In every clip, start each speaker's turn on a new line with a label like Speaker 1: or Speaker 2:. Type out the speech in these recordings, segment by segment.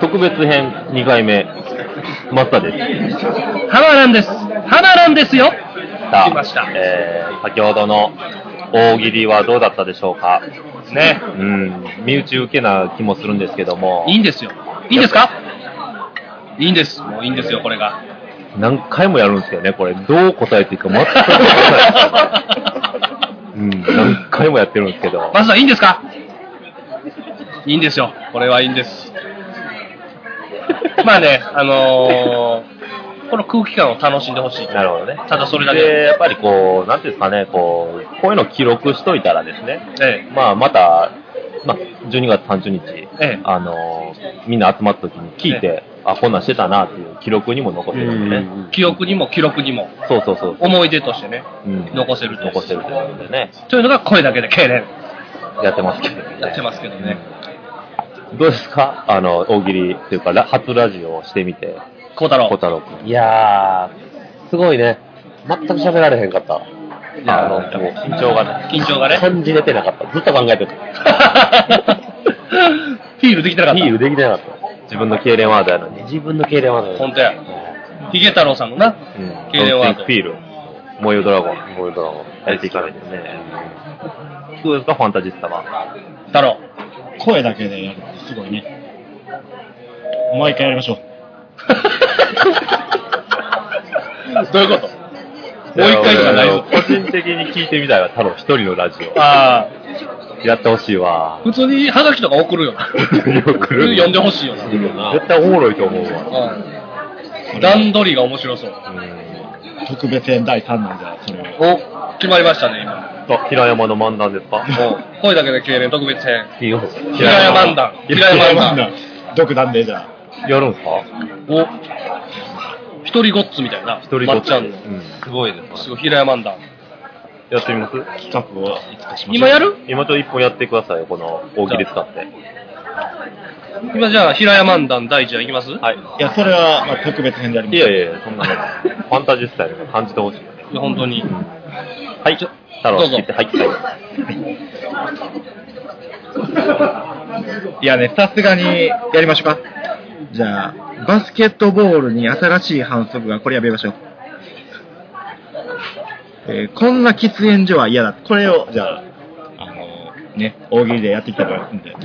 Speaker 1: 特別編2回目、マスターです。
Speaker 2: 花なんです。花なんですよ。来ました。
Speaker 1: えー、先ほどの大喜利はどうだったでしょうか。
Speaker 2: ね。
Speaker 1: うん、身内受けな気もするんですけども、
Speaker 2: いいんですよ。いいんですかいいんです。もういいんですよ、これが。
Speaker 1: 何回もやるんですけどね、これ、どう答えていいか全く分から ない。うん、何回もやってるんですけど、
Speaker 2: マスター、いいんですかいいんですよ。これはいいんです。 まあね、あのーこの空気感を楽しんでほしい。
Speaker 1: なるほどね。
Speaker 2: ただそれだけ。
Speaker 1: で、やっぱりこう、なんていうんですかね、こう、こういうの記録しといたらですね、
Speaker 2: え
Speaker 1: まあ、また、まあ、12月30日、
Speaker 2: ええ
Speaker 1: あのーみんな集まった時に聞いて、あ、こんなんしてたなっていう記録にも残ってるんでね。
Speaker 2: え記憶にも記録にも
Speaker 1: そうそうそう。
Speaker 2: 思い出としてね、
Speaker 1: うん
Speaker 2: 残せると
Speaker 1: 残せるということでね、
Speaker 2: というのが声だけで痙攣
Speaker 1: やってますけどね。
Speaker 2: やってますけどね。
Speaker 1: どうですかあの、大喜利っていうか、ラ初ラジオをしてみて、
Speaker 2: 小太郎
Speaker 1: 小。太郎くん。
Speaker 3: いやー、すごいね。全く喋られへんかった。
Speaker 2: いや
Speaker 1: あの、もう緊張がない。
Speaker 2: 緊張がね。
Speaker 3: 感じれてなかった。ずっと考えてた。
Speaker 2: ヒールできてなかった。
Speaker 3: ヒールできてなかっ
Speaker 1: 自分の痙攣ワードやのに
Speaker 3: た。。自分の経験はな
Speaker 2: 本当や。ヒゲ太郎さんのな、
Speaker 1: うん。
Speaker 2: 痙攣ワード
Speaker 1: ド。フィール。燃えよドラゴン。
Speaker 3: もうドラゴン。
Speaker 1: やっていかないとね。どうですかファンタジスタは。
Speaker 2: 太郎。
Speaker 4: 声だけでやるってすごいね。もう一回やりましょう。
Speaker 2: どういうこともう一回しかない
Speaker 1: や
Speaker 2: よ
Speaker 1: 俺。個人的に聞いてみたいわ、太郎一人のラジオ。
Speaker 2: あ
Speaker 1: やってほしいわ
Speaker 2: あ、。普通にハガキとか送るよな。
Speaker 1: よくる
Speaker 2: 読んでほしいよな。う
Speaker 1: 絶対おもろいと思うわ。
Speaker 2: ん。段取りが面白そう。
Speaker 1: うん。
Speaker 4: 特別編第3弾じゃあ、それを。
Speaker 2: お、決まりましたね、今。
Speaker 1: あ、平山の漫談ですか
Speaker 2: うん声だけで痙攣特別編。
Speaker 1: 平
Speaker 2: 平山漫談。平
Speaker 4: や
Speaker 2: 山
Speaker 4: ば
Speaker 2: 漫
Speaker 4: い
Speaker 2: 談。
Speaker 4: な独断でじゃあ。
Speaker 1: やるんすか
Speaker 2: お、一人ごっつみたいな。
Speaker 1: 一人
Speaker 2: ま
Speaker 1: ご
Speaker 2: っちゃんの。
Speaker 1: すごいです
Speaker 2: すごい、平山漫談。
Speaker 1: やってみます
Speaker 4: 企画をいつかしましょう。
Speaker 2: 今やる
Speaker 1: 今ちょっと一本やってくださいよ、この大喜利使って。
Speaker 2: 今じゃあ、平山漫談第一弾いきます
Speaker 1: はい。
Speaker 4: いや、それは、まあ、特別編でやりま
Speaker 1: い
Speaker 4: しょ
Speaker 1: や
Speaker 4: う。
Speaker 1: いやいや、そんなの。ファンタジスタイルが感じてほしいよね。
Speaker 2: いや本当に。
Speaker 1: はい、太郎、切って、はい、はい。
Speaker 4: いやね、さすがにやりましょうか。じゃあ、バスケットボールに新しい反則が、これやめましょう。えーこんな喫煙所は嫌だ。これを、じゃあ、あのーね、大喜利でやってきたからんで、じゃ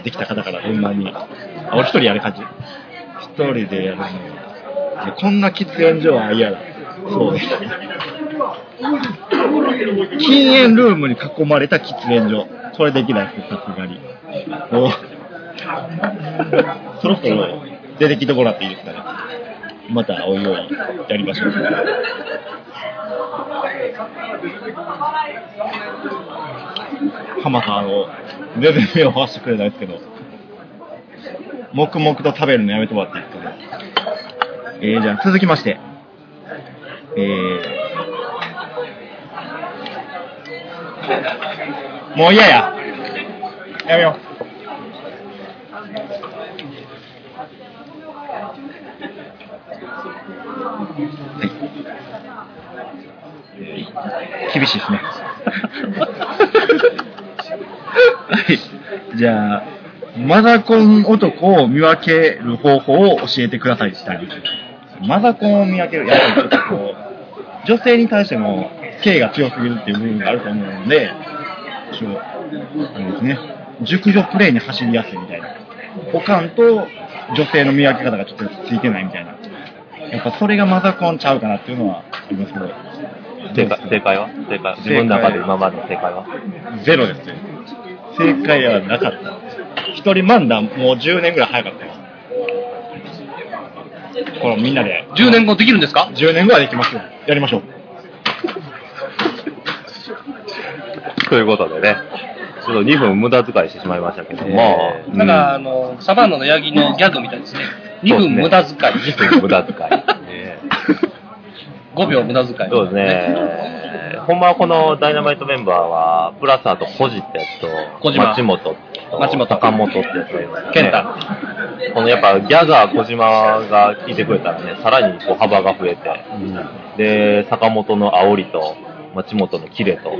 Speaker 4: あできた方から順番に。あ、俺一人やる感じ。一人でやるのに。じゃあこんな喫煙所は嫌だ。そうです。禁煙ルームに囲まれた喫煙所。これできないです、さすがに。おそろそろ出てきてもらっていいですかね。またおいおいやりましょう。浜さん、あの、全然目を合わせてくれないですけど、黙々と食べるのやめてもらっていいですかね。えー、じゃあ続きまして、えー、もう嫌や。やめよう。厳しいですね。はい。じゃあ、マザコン男を見分ける方法を教えてくださいって言ったマザコンを見分ける、やっぱりちょっとこう、女性に対しても、性が強すぎるっていう部分があると思うので、一応、あれですね、熟女プレイに走りやすいみたいな。おかんと女性の見分け方がちょっとついてないみたいな。やっぱそれがマザコンちゃうかなっていうのはありますけど。
Speaker 1: 正解、正解は正解。自分の中で今までの正解は
Speaker 4: ゼロですね。正解はなかった。一人漫談、もう10年ぐらい早かったよ。これみんなで、
Speaker 2: 10年後できるんですか
Speaker 4: 10年ぐらいできますよ。やりましょう。
Speaker 1: ということでね、ちょっと2分無駄遣いしてしまいましたけども、
Speaker 3: え
Speaker 1: うん
Speaker 2: なんか、あの、サバンナのヤギのギャグみたいですね。2
Speaker 1: そうです
Speaker 2: 分
Speaker 1: ね
Speaker 2: 無駄遣い。
Speaker 1: 2分無駄遣い。 ね
Speaker 2: 5秒無駄遣い。
Speaker 1: そうですね。ほんまはこのダイナマイトメンバーは、プラスあと、コジってやつと、
Speaker 2: 小島
Speaker 1: 松本と、
Speaker 2: 松本
Speaker 1: 高本ってやつがいます、ね。
Speaker 2: 健太
Speaker 1: このやっぱギャガー小島が聞いてくれたらね、さらにこう幅が増えて、で、坂本の煽りと、松本のキレと、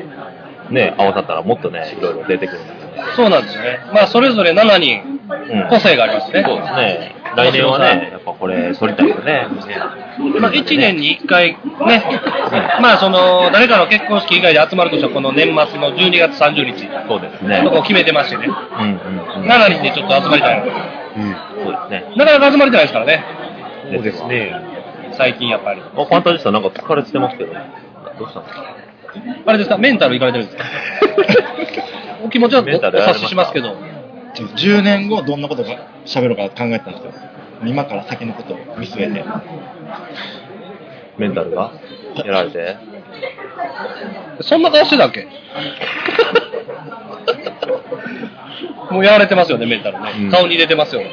Speaker 1: ね、合わさったらもっとね、いろいろ出てくるんですよね。
Speaker 2: そうなんですよね。まあ、それぞれ7人
Speaker 1: うん
Speaker 2: 個性がありますね。
Speaker 1: そうですね。来年はね、やっぱこれ取りたいよね。
Speaker 2: まあ、1年に1回ね、まあその、誰かの結婚式以外で集まるとしたら、この年末の12月30日
Speaker 1: そうですね。
Speaker 2: とこを決めてましてね、
Speaker 1: うんうんうん。
Speaker 2: 7人でちょっと集まりたいな。
Speaker 1: そうですね。
Speaker 2: なかなか集まりたいですからね、
Speaker 3: そうですね。
Speaker 2: 最近やっぱり。
Speaker 1: あ、ファンタジスタなんか疲れてますけど、どうしたんですか
Speaker 2: あれですか、メンタルいかれてるん ですかお気持ちはおお
Speaker 1: メンタルやられました
Speaker 2: 察ししますけど、
Speaker 4: 10年後どんなことが喋ろうか考えてたんですよ。今から先のことを見据えて。
Speaker 1: メンタルがやられて。
Speaker 2: そんな顔してた っけもうやられてますよね、メンタルね。
Speaker 1: うん
Speaker 2: 顔に出てますよね。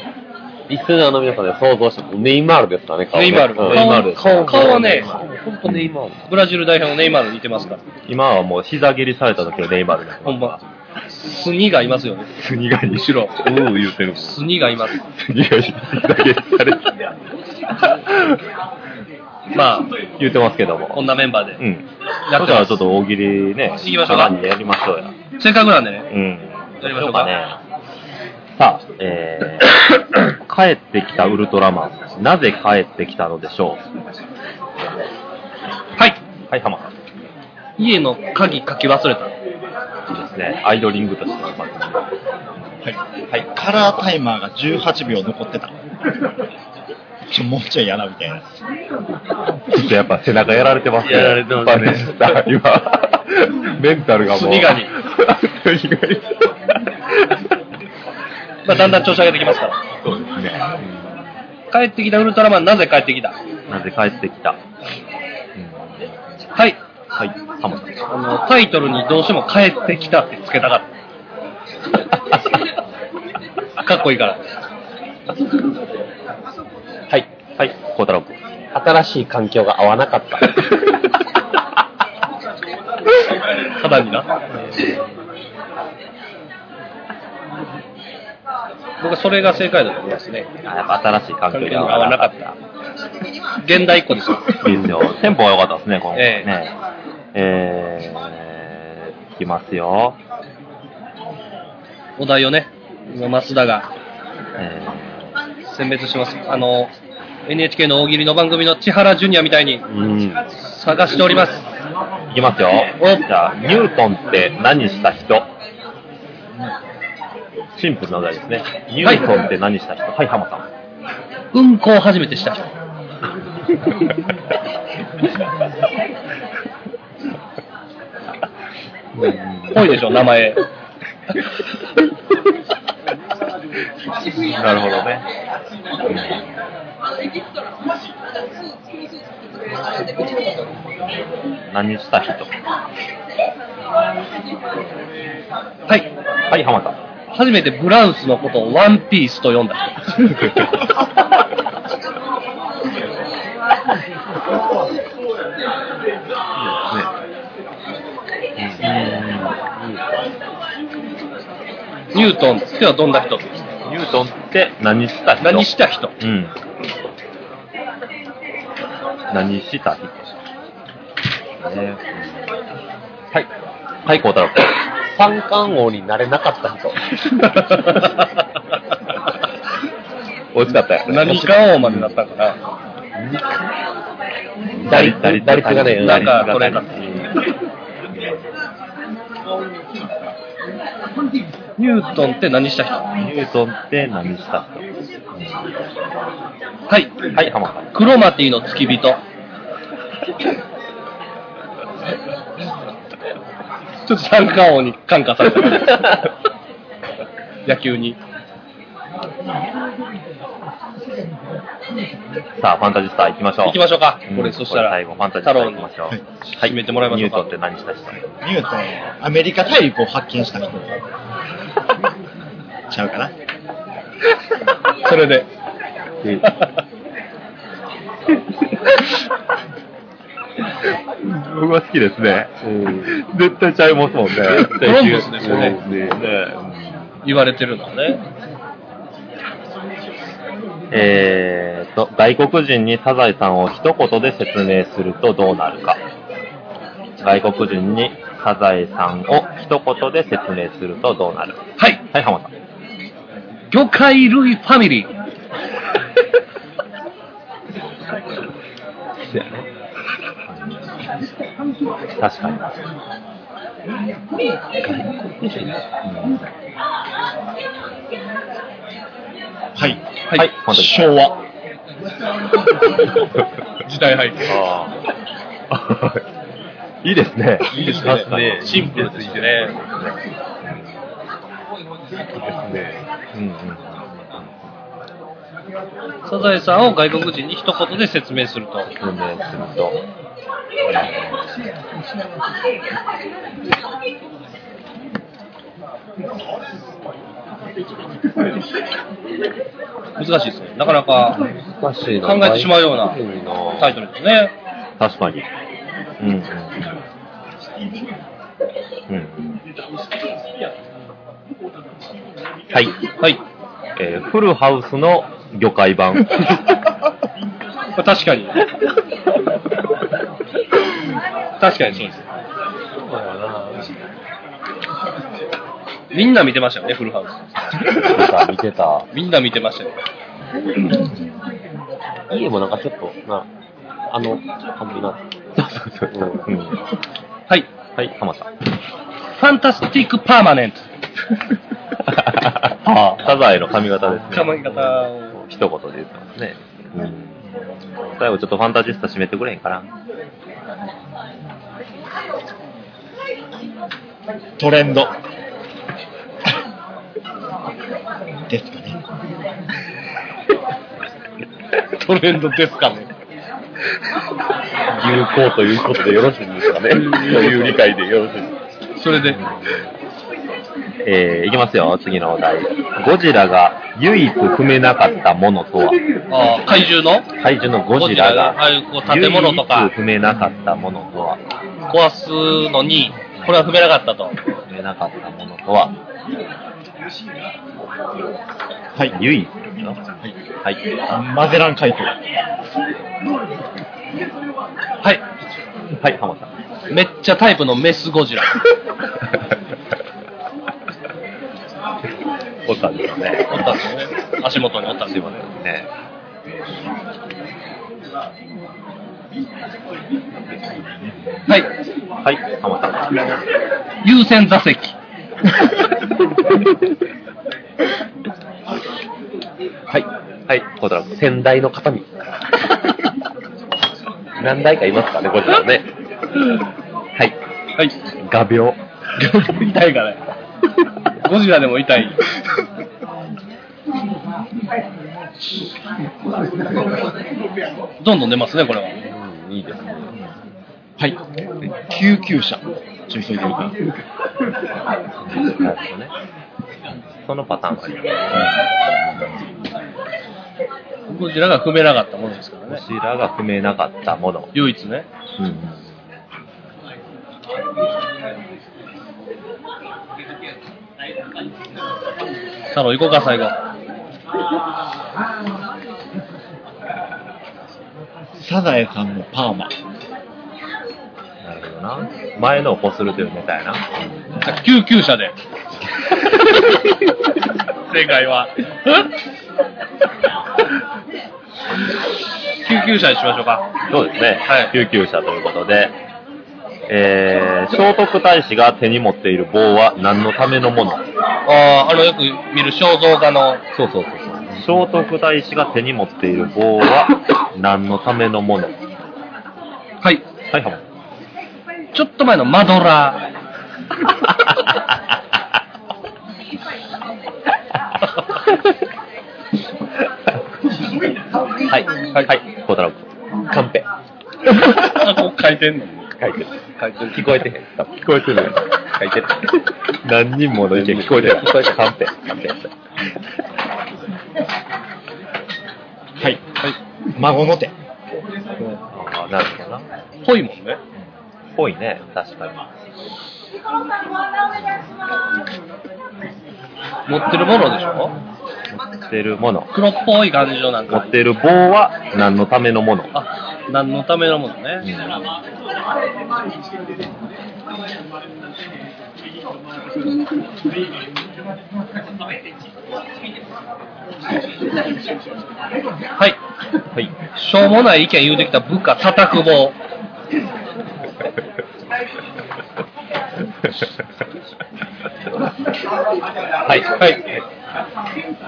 Speaker 3: リスナーの皆さんね、想像して、ネイマールですかね、顔ね。
Speaker 2: ネイマール。
Speaker 3: うん
Speaker 1: ネイマール
Speaker 2: 顔顔はね、
Speaker 3: 本当ネイマール。
Speaker 2: ブラジル代表のネイマールに似てますから。
Speaker 1: 今はもう膝蹴りされた時のネイマールだ
Speaker 2: ほんま。スニがいますよね。
Speaker 1: すにがに
Speaker 2: 後ろ。
Speaker 1: うー言うてるもん。
Speaker 2: スニがいます。
Speaker 1: すにがに膝蹴りされた。
Speaker 2: まあ、
Speaker 1: 言うてますけども。
Speaker 2: こんなメンバー
Speaker 1: う
Speaker 2: で。
Speaker 1: ん。や
Speaker 2: やっ
Speaker 1: ってた
Speaker 2: ます
Speaker 1: らちょっと大喜利ね、
Speaker 2: 行きましょうか
Speaker 1: さらにやりましょうや。
Speaker 2: せっかくなんでね。
Speaker 1: うん。
Speaker 2: やりましょうか
Speaker 1: さあ、えー、帰ってきたウルトラマン、なぜ帰ってきたのでしょ
Speaker 2: はい。
Speaker 1: うはい、浜さん。い
Speaker 2: 家の鍵かけ忘れ
Speaker 1: い
Speaker 2: た。
Speaker 1: ですね。アイドリングとしての番組。
Speaker 4: はい、カラータイマーが18秒残ってた。ちょもうちょいやなみたいな。
Speaker 1: ちょっとやっぱ背中やられてますね。
Speaker 5: やられてますね
Speaker 1: やっぱね今、メンタルがもう。
Speaker 2: すりがに。
Speaker 1: すりがに。
Speaker 2: まあ、だんだん調子上げてきますから。
Speaker 1: そうですね。
Speaker 2: 帰ってきたウルトラマン、なぜ帰ってきた
Speaker 1: なぜ帰ってきた。
Speaker 2: はい。
Speaker 1: はい、浜さん。
Speaker 2: あの、タイトルにどうしても帰ってきたってつけたかった。 かっこいいから。
Speaker 3: はい。
Speaker 1: はい、孝太郎君。
Speaker 3: 新しい環境が合わなかった。
Speaker 2: 肌にな。僕はそれが正解だと思いますね。
Speaker 1: あやっぱ新しい環境
Speaker 2: 環境
Speaker 1: に
Speaker 2: が
Speaker 1: 合
Speaker 2: 合わ
Speaker 1: わ
Speaker 2: な
Speaker 1: な
Speaker 2: か
Speaker 1: か
Speaker 2: っ
Speaker 1: ったた。。
Speaker 2: 現代っ子ですよ。
Speaker 1: いいですよ。テンポが良かったですね、今回
Speaker 2: ええ
Speaker 1: ね。えー、いきますよ。
Speaker 2: お題をね、今、増田が
Speaker 1: え
Speaker 2: 選別します。あの、NHK の大喜利の番組の千原ジュニアみたいに
Speaker 3: うん。
Speaker 2: 探しております。
Speaker 1: ー、いきますよ。じゃあ、ニュートンって何した人シンプルなお題ですね。ニュートンって何した人はい、浜さん。
Speaker 2: 運行を初めてした人。ぽいでしょ、名前。
Speaker 1: なるほどね。何した人
Speaker 2: はい。
Speaker 1: はい、浜さん。
Speaker 2: 初めてブラウスのことをワンピースと呼んだ人。ニュートンってはどんな人ですか
Speaker 1: ニュートンって何した人
Speaker 2: 何した人
Speaker 1: うん。何した人ねはい。はい、孝太郎君。
Speaker 3: 三冠王になれなかった人。
Speaker 1: 美味しかったよね。
Speaker 2: 何か王までなったんかな
Speaker 3: 打率打率がね
Speaker 2: なんか取れな
Speaker 1: な
Speaker 2: かったニュートンって何した人は
Speaker 1: ニュートンって何した人
Speaker 2: い。
Speaker 1: はい、浜さん。
Speaker 2: クロマティの付き人。 ちょっと三冠王に感化され た。野球に。
Speaker 1: さあ、ファンタジスタ行きましょう。
Speaker 2: 行きましょうか。
Speaker 1: うん
Speaker 2: これ、そしたら、
Speaker 1: 最後、ファンタジスタ
Speaker 2: 太
Speaker 1: 行
Speaker 2: 郎
Speaker 1: き
Speaker 2: に
Speaker 1: ましょう。
Speaker 2: 締めてもらいましょ
Speaker 1: ニュー
Speaker 2: う
Speaker 1: トン
Speaker 2: か
Speaker 1: っ。て何した人
Speaker 4: ニュートンはアメリカ大陸を発見した人。ちゃうかな。
Speaker 2: それで。
Speaker 1: 僕は好きですね。絶対ちゃいますもんね。
Speaker 2: コロンブスですよね
Speaker 1: コロンブスね
Speaker 2: 言われてるのはね。
Speaker 1: えーと、外国人にサザエさんを一言で説明するとどうなるか。外国人にサザエさんを一言で説明するとどうなる
Speaker 2: はい。
Speaker 1: はい、浜さん。
Speaker 2: 魚介類ファミリー。
Speaker 1: 確かに。
Speaker 4: はい。
Speaker 1: い
Speaker 2: はい。
Speaker 1: 本当に
Speaker 4: 昭和。
Speaker 2: 時代背景。
Speaker 1: ああ。いいですね。
Speaker 2: いいです
Speaker 1: 確かに
Speaker 2: ね。シンプルすぎてね。
Speaker 1: うんうん。
Speaker 2: サザエさんを外国人に一言で説明すると。
Speaker 1: 運命すると。
Speaker 2: 難しいですね。なかなか
Speaker 3: 難しいな。
Speaker 2: 考えてしまうような
Speaker 3: 難しいな
Speaker 2: タイトルですね。
Speaker 1: 確かに。うんうんうん。うんうん。はい。
Speaker 2: はい。
Speaker 1: えーフルハウスの魚介版。
Speaker 2: まあ確かに。確かにそうです。みんな見てましたよね、フルハウ
Speaker 3: 見てた、見てた。
Speaker 2: ス。みんな見てましたよ。
Speaker 3: 家もなんかちょっと、な、あの感じな。
Speaker 1: そうそうそう。うん
Speaker 2: はい。
Speaker 1: はい、浜田さん。
Speaker 2: ファンタスティックパーマネント。
Speaker 1: あサザエの髪型ですね。
Speaker 2: 構え方を。
Speaker 1: 一言で言ってますね。うん最後ちょっとファンタジスタ締めてくれへんかな。
Speaker 4: トレンド。ですかね。
Speaker 2: トレンドですかね。
Speaker 5: 有効ということでよろしいんですかね。という理解でよろしいですか。
Speaker 2: それで。
Speaker 1: えー、いきますよ、次のお題。ゴジラが唯一踏めなかったものとは
Speaker 2: ああ、怪獣の
Speaker 1: 怪獣のゴジラが
Speaker 2: ああいうこう建物とか
Speaker 1: 唯一踏めなかったものとは
Speaker 2: 壊すのに、これは踏めなかったと。
Speaker 1: 踏めなかったものとははい、唯一ですよ。はい。
Speaker 4: マゼラン回答。
Speaker 2: はい。
Speaker 1: はい、浜田さん。
Speaker 2: めっちゃタイプのメスゴ ジラ。
Speaker 1: おったんですよね。
Speaker 2: おったんですよね。足元におったんで
Speaker 1: す
Speaker 2: す
Speaker 1: い
Speaker 2: よ
Speaker 1: ま。せんね。
Speaker 2: はい。
Speaker 1: はい、浜田さん。
Speaker 2: 優先座席。
Speaker 1: はい。はい、小田君。
Speaker 3: 先代の形見。何代かいますかね、こちらね。
Speaker 1: はい。
Speaker 2: はい。
Speaker 1: 画鋲。
Speaker 2: 痛いからゴジラでも痛い。どんどん出ますね、これは。
Speaker 3: うん、いいですね。
Speaker 4: はい。救急車。ちょい急いでるから。
Speaker 1: なるほどね。そのパターンがあります。
Speaker 2: ゴジラが踏めなかったものですから
Speaker 1: こ
Speaker 2: ね。
Speaker 1: ちらが踏めなかったもの。
Speaker 2: 唯一ね。サロン行こうか、最後。
Speaker 4: サザエさんのパーマ。
Speaker 1: なるほどな。前のをこするというネタやな。
Speaker 2: じゃあ救急車で。正解は。救急車にしましょうか。
Speaker 1: そうですね。
Speaker 2: はい
Speaker 1: 救急車ということで。えー、聖徳太子が手に持っている棒は何のためのもの
Speaker 2: あーあの、よく見る肖像画の。
Speaker 1: そうそうそうそう。聖徳太子が手に持っている棒は何のためのものはい、
Speaker 2: はい。
Speaker 1: ハモ。
Speaker 2: ちょっと前のマドラ
Speaker 1: はい、はい、小太郎君。
Speaker 3: カンペ。
Speaker 2: ー。こう書いてんの
Speaker 1: 書いてる。
Speaker 2: 書いてる。
Speaker 1: 聞こえてへん。聞こえてる。書いてる。何人もの意見聞こえてる。聞こえてる。カンペ。カンペ。
Speaker 4: はい。孫の手。
Speaker 1: ああ、なるほどな。
Speaker 2: ぽいもんね。
Speaker 1: ぽいね、確かに。
Speaker 2: 持ってるものでし
Speaker 1: 持
Speaker 2: ょ
Speaker 1: ってるもの。
Speaker 2: 黒っぽい感じのなん
Speaker 1: 持
Speaker 2: か。
Speaker 1: ってる棒は何のためのもの
Speaker 2: あ、何のためのものね。は
Speaker 1: はい。
Speaker 2: い。しょうもない意見言うてきた部下叩く棒。
Speaker 1: はい。はい。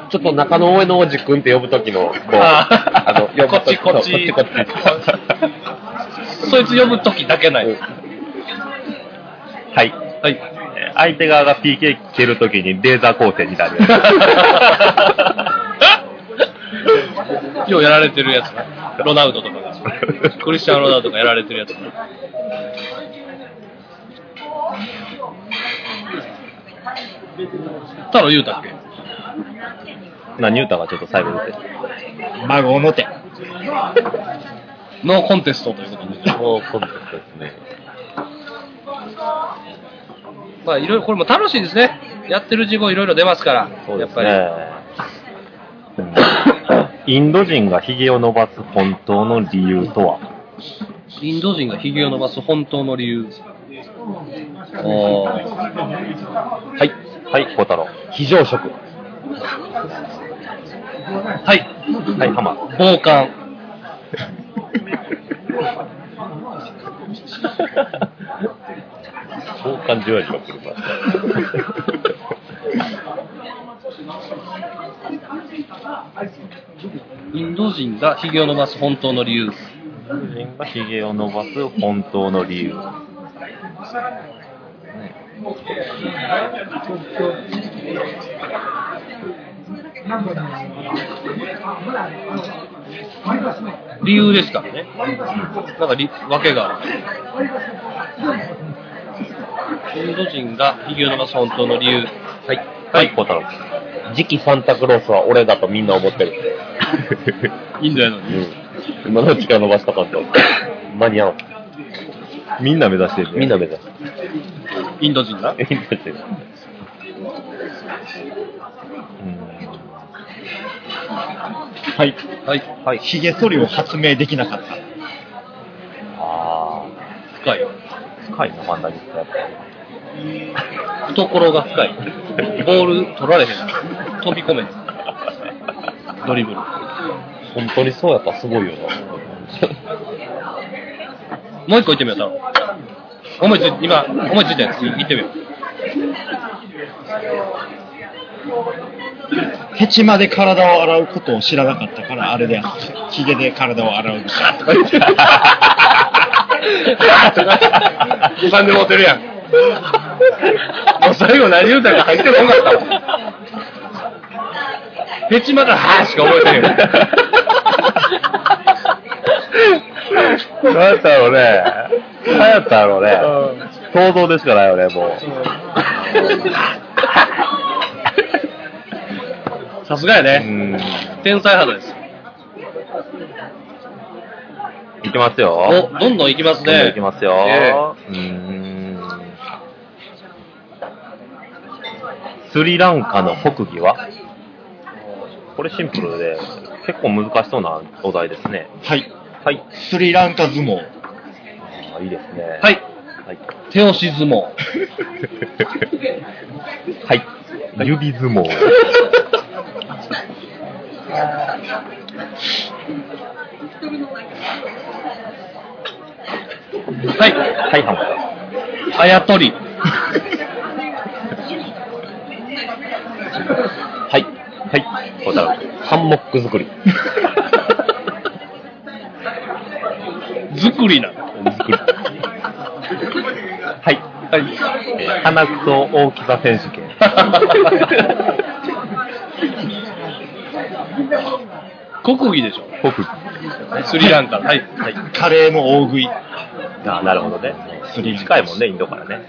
Speaker 3: ちょっと中野上のおじくんって呼ぶときの、こう、
Speaker 2: あ
Speaker 3: あの、呼ぶ
Speaker 2: こっち
Speaker 3: 時の
Speaker 2: こっち
Speaker 3: こっちこっち。
Speaker 2: そいつ呼ぶときだけない。
Speaker 1: はい。
Speaker 2: はい。
Speaker 1: えー相手側が PK 蹴るときにレーザー構成にな る。
Speaker 2: ようやられてるやつなロナウドとかが。クリスチャン・ロナウドがやられてるやつな太郎言うたっけ
Speaker 1: 何言うたかちょっと最後出て。
Speaker 4: 孫の手。
Speaker 2: ノーコンテストということで。
Speaker 3: もう、今度ですね。
Speaker 2: まあ、いろいろ、これも楽しいですね。やってる事後いろいろ出ますから。
Speaker 1: そうです
Speaker 2: やっ
Speaker 1: ね。インド人がヒゲを伸ばす本当の理由とは
Speaker 2: ぱり。インド人が髭を伸ばす本当の理由。あ
Speaker 1: はい。はい、小太郎。
Speaker 3: 非常食。
Speaker 2: あ。はい。
Speaker 1: はい、浜。
Speaker 2: 傍観。
Speaker 1: そう感じわじわくるから。
Speaker 2: インド人が髭を伸ばす本当の理由。
Speaker 1: インド人がヒゲを伸ばす本当の理由。
Speaker 2: 理由ですからね。なんかり、わけがある。インド人が髭を伸ばす本当の理由。
Speaker 3: はい。
Speaker 1: はい、小太郎。
Speaker 3: 次期サンタクロースは俺だとみんな思ってる。
Speaker 2: インドやのに。
Speaker 3: うん。今のうちから伸ばしたかった。間に合う。
Speaker 1: みんな目指してるね
Speaker 3: みんな目指す。
Speaker 2: インド人が
Speaker 3: みんな目指す。
Speaker 1: うん
Speaker 4: はい。
Speaker 2: はい。
Speaker 1: はい。
Speaker 4: ヒゲ剃りを発明できなかった。
Speaker 1: あ
Speaker 2: 深い。
Speaker 1: あ、深いな、マンダリストやっぱり。
Speaker 2: 懐が深い。ボール取られへん。飛び込めん。ドリブル。
Speaker 3: 本当にそうやったらすごいよな。
Speaker 2: もう一個行ってみよう、太郎。思いつい今、思いついたやつ、行ってみよう。
Speaker 4: ヘチマで体を洗うことを知らなかったから、あれで、ヒゲで体を洗う。
Speaker 5: 誤算で持てるやん。もう最後何言うたか入ってこなかったわ。
Speaker 2: フェチマだ、はーしか覚えてへんよ。
Speaker 1: なんやったろうね。なんやったろうね。想像でしかないよね、もう。
Speaker 2: さすがや
Speaker 1: う
Speaker 2: ね。
Speaker 1: ん。
Speaker 2: 天才肌です。
Speaker 1: いきますよ。
Speaker 2: お、どんどん行きますね。
Speaker 1: いきますよ。
Speaker 2: え
Speaker 1: うーん。スリランカの国技はこれシンプルで、結構難しそうなお題ですね。
Speaker 4: はい。
Speaker 1: はい。
Speaker 4: スリランカ相撲。
Speaker 1: あーいいですね。
Speaker 2: え
Speaker 1: は
Speaker 2: はい。
Speaker 1: い。
Speaker 2: 手押し相撲。
Speaker 1: はい。指相撲。
Speaker 2: はい。
Speaker 1: はい、浜田。
Speaker 2: あやとり。
Speaker 1: はい。はい。小太郎君。
Speaker 3: ハンモック作り。
Speaker 2: 作りなの。
Speaker 1: 作るはい。
Speaker 2: はい。
Speaker 1: えー鼻くそ大きさ選手権。
Speaker 2: 国技でしょ。
Speaker 1: 国技。
Speaker 2: スリランカの。はい。はい。
Speaker 4: カレーも大食い。
Speaker 1: ああ、なるほどね。
Speaker 4: スリランカ。
Speaker 1: 近いもんね、インドから ね。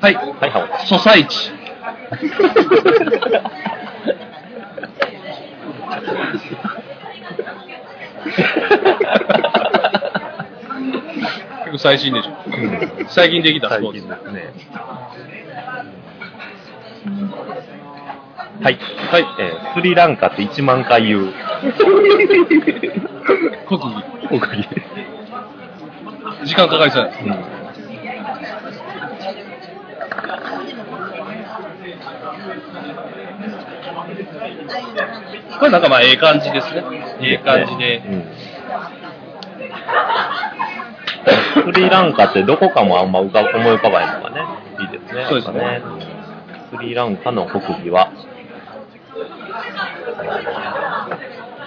Speaker 2: はい。
Speaker 1: はい、ハモさ
Speaker 2: ソサイチ。結構最新でしょ。最近できたスポーツ。
Speaker 1: ん。ね。はい。
Speaker 2: はい。
Speaker 1: えースリランカって1万回言う。
Speaker 2: 国技。
Speaker 1: 国技。
Speaker 2: 時間かかりそうや。これなんかまあええ感じですね。ええ感じで。
Speaker 1: うん。スリランカってどこかもあんま浮か思い浮かばないのがね、いいですね。
Speaker 2: そうですね
Speaker 1: やっぱスリランカの国技は、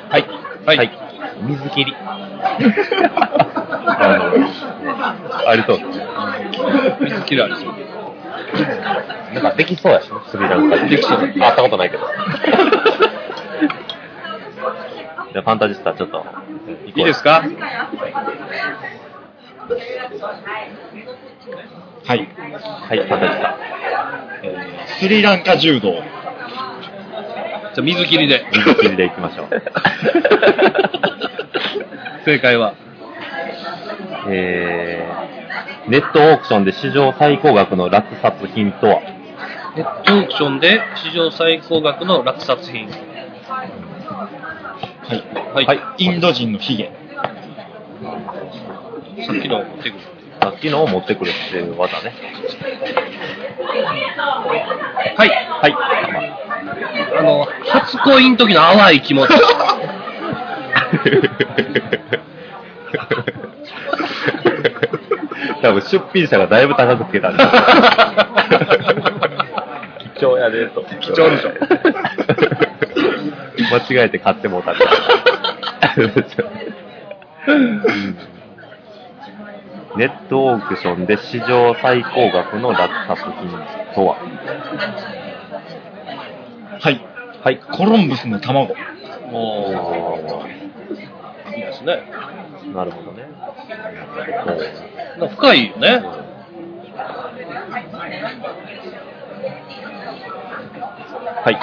Speaker 1: はい。
Speaker 2: はい
Speaker 1: 水切り。 あのありそうですね。
Speaker 2: 水切るありそう。
Speaker 3: なんかできそうやしね、スリランカで。
Speaker 2: できそう
Speaker 3: 会ったことないけど。
Speaker 1: じゃあ、ファンタジスタ、ちょっと。
Speaker 2: いいですか
Speaker 4: は
Speaker 1: は
Speaker 4: い。
Speaker 1: い、ファンタジスタ。
Speaker 4: スリランカ柔道。
Speaker 2: じゃあ水切りで。
Speaker 1: 水切りでいきましょう。
Speaker 2: 正解は。
Speaker 1: えー、ネットオークションで史上最高額の落札品とは
Speaker 2: ネットオークションで史上最高額の落札品。
Speaker 4: はい。
Speaker 2: はい。
Speaker 1: はい
Speaker 4: インド人のヒゲ。
Speaker 2: さっきのを持ってくる。
Speaker 1: さっきのを持ってくるっていう技ね。
Speaker 2: はい。
Speaker 1: はい。ま
Speaker 2: あの、初恋の時の淡い気 持ち。
Speaker 1: あ多分出品者がだいぶ高くつけたんですよ貴重やでと。貴
Speaker 2: 重でしょ
Speaker 1: 間違えて買ってもうたみたいなネットオークションで史上最高額の落札品とは
Speaker 4: はい。
Speaker 1: はい。
Speaker 4: コロンブスの
Speaker 2: お
Speaker 4: 卵。
Speaker 2: ー
Speaker 1: お
Speaker 2: いいですね。
Speaker 1: ーなるほどね。
Speaker 2: なんか深いよね。
Speaker 1: はい。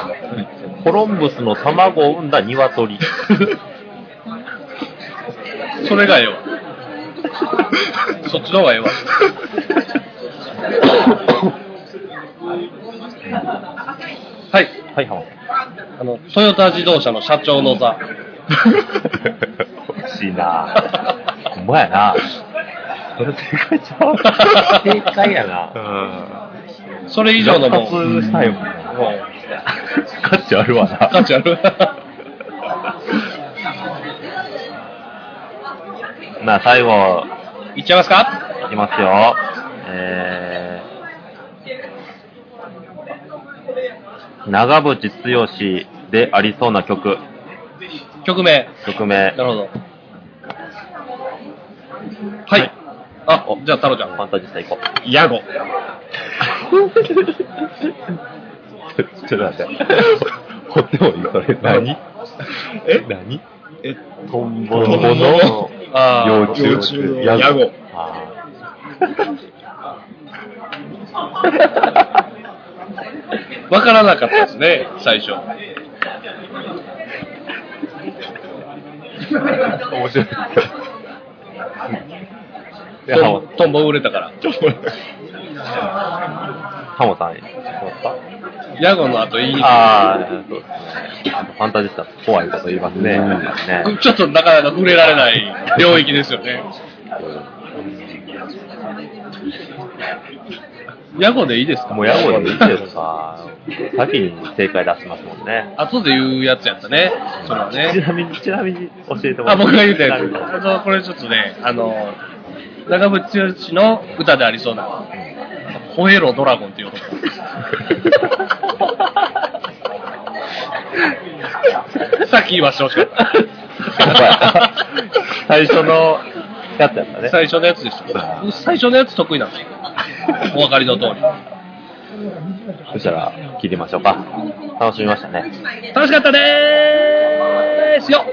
Speaker 1: コロンブスの卵を産んだ 鶏。
Speaker 2: それがええわ。そっちの方がええ わ。はい。
Speaker 1: はい、浜
Speaker 2: あの、トヨタ自動車の社長の座。
Speaker 1: 田。欲しいなぁ。ほんまやなそれ正解ちゃう
Speaker 3: 正解やな。
Speaker 1: うん。
Speaker 2: それ以上のもう、
Speaker 1: 落札したいもんな。
Speaker 2: もう
Speaker 1: 価値あるわな。
Speaker 2: 価値あ る。
Speaker 1: なあ、最後、
Speaker 2: いっちゃいますか
Speaker 1: いきますよ。えー、長渕剛でありそうな曲、
Speaker 2: 曲名。
Speaker 1: 曲名
Speaker 2: な。るほど。はい。あ、じゃあ、太郎ちゃ
Speaker 1: ファン
Speaker 2: ん。
Speaker 1: タジスタ行こう。
Speaker 4: ヤゴ。
Speaker 1: ちょっと待って。掘ってもいいそれ。何
Speaker 4: え
Speaker 1: 何
Speaker 4: え、
Speaker 1: トンボ
Speaker 4: トンボの
Speaker 2: あー
Speaker 1: 幼虫。
Speaker 4: 幼虫のヤゴ。
Speaker 1: あ
Speaker 2: わからなかったですね、最初。
Speaker 1: ー面白い。 でハ
Speaker 2: ト
Speaker 1: モ
Speaker 2: ントンボ売れたから。
Speaker 1: ハモさん、どうですか
Speaker 2: ヤゴの後いい。
Speaker 1: ああ、そうですね。ファンタジスタ、怖いこと言いますね。ね
Speaker 2: ちょっとなかなか触れられない領域ですよね。ヤゴでいいですか
Speaker 1: もうやごにいいですか。先に正解出しますもんね。
Speaker 2: 後で言うやつやったね。それは
Speaker 1: ち
Speaker 2: ね。
Speaker 1: なみに、ちなみに教えてもら
Speaker 2: あ、僕が言うたや
Speaker 1: なる
Speaker 2: つ。
Speaker 1: ほど
Speaker 2: あ の、これちょっとね、あの、長渕剛の歌でありそうな、吠えろドラゴンっていう音。さっき言わしてほしかった。
Speaker 1: 最初のやつやったね。
Speaker 2: 最初のやつでした。僕最初のやつ得意なんですよ。お分かりの通り。
Speaker 1: そしたら、切りましょうか。楽しみましたね。
Speaker 2: 楽しかったでーすよ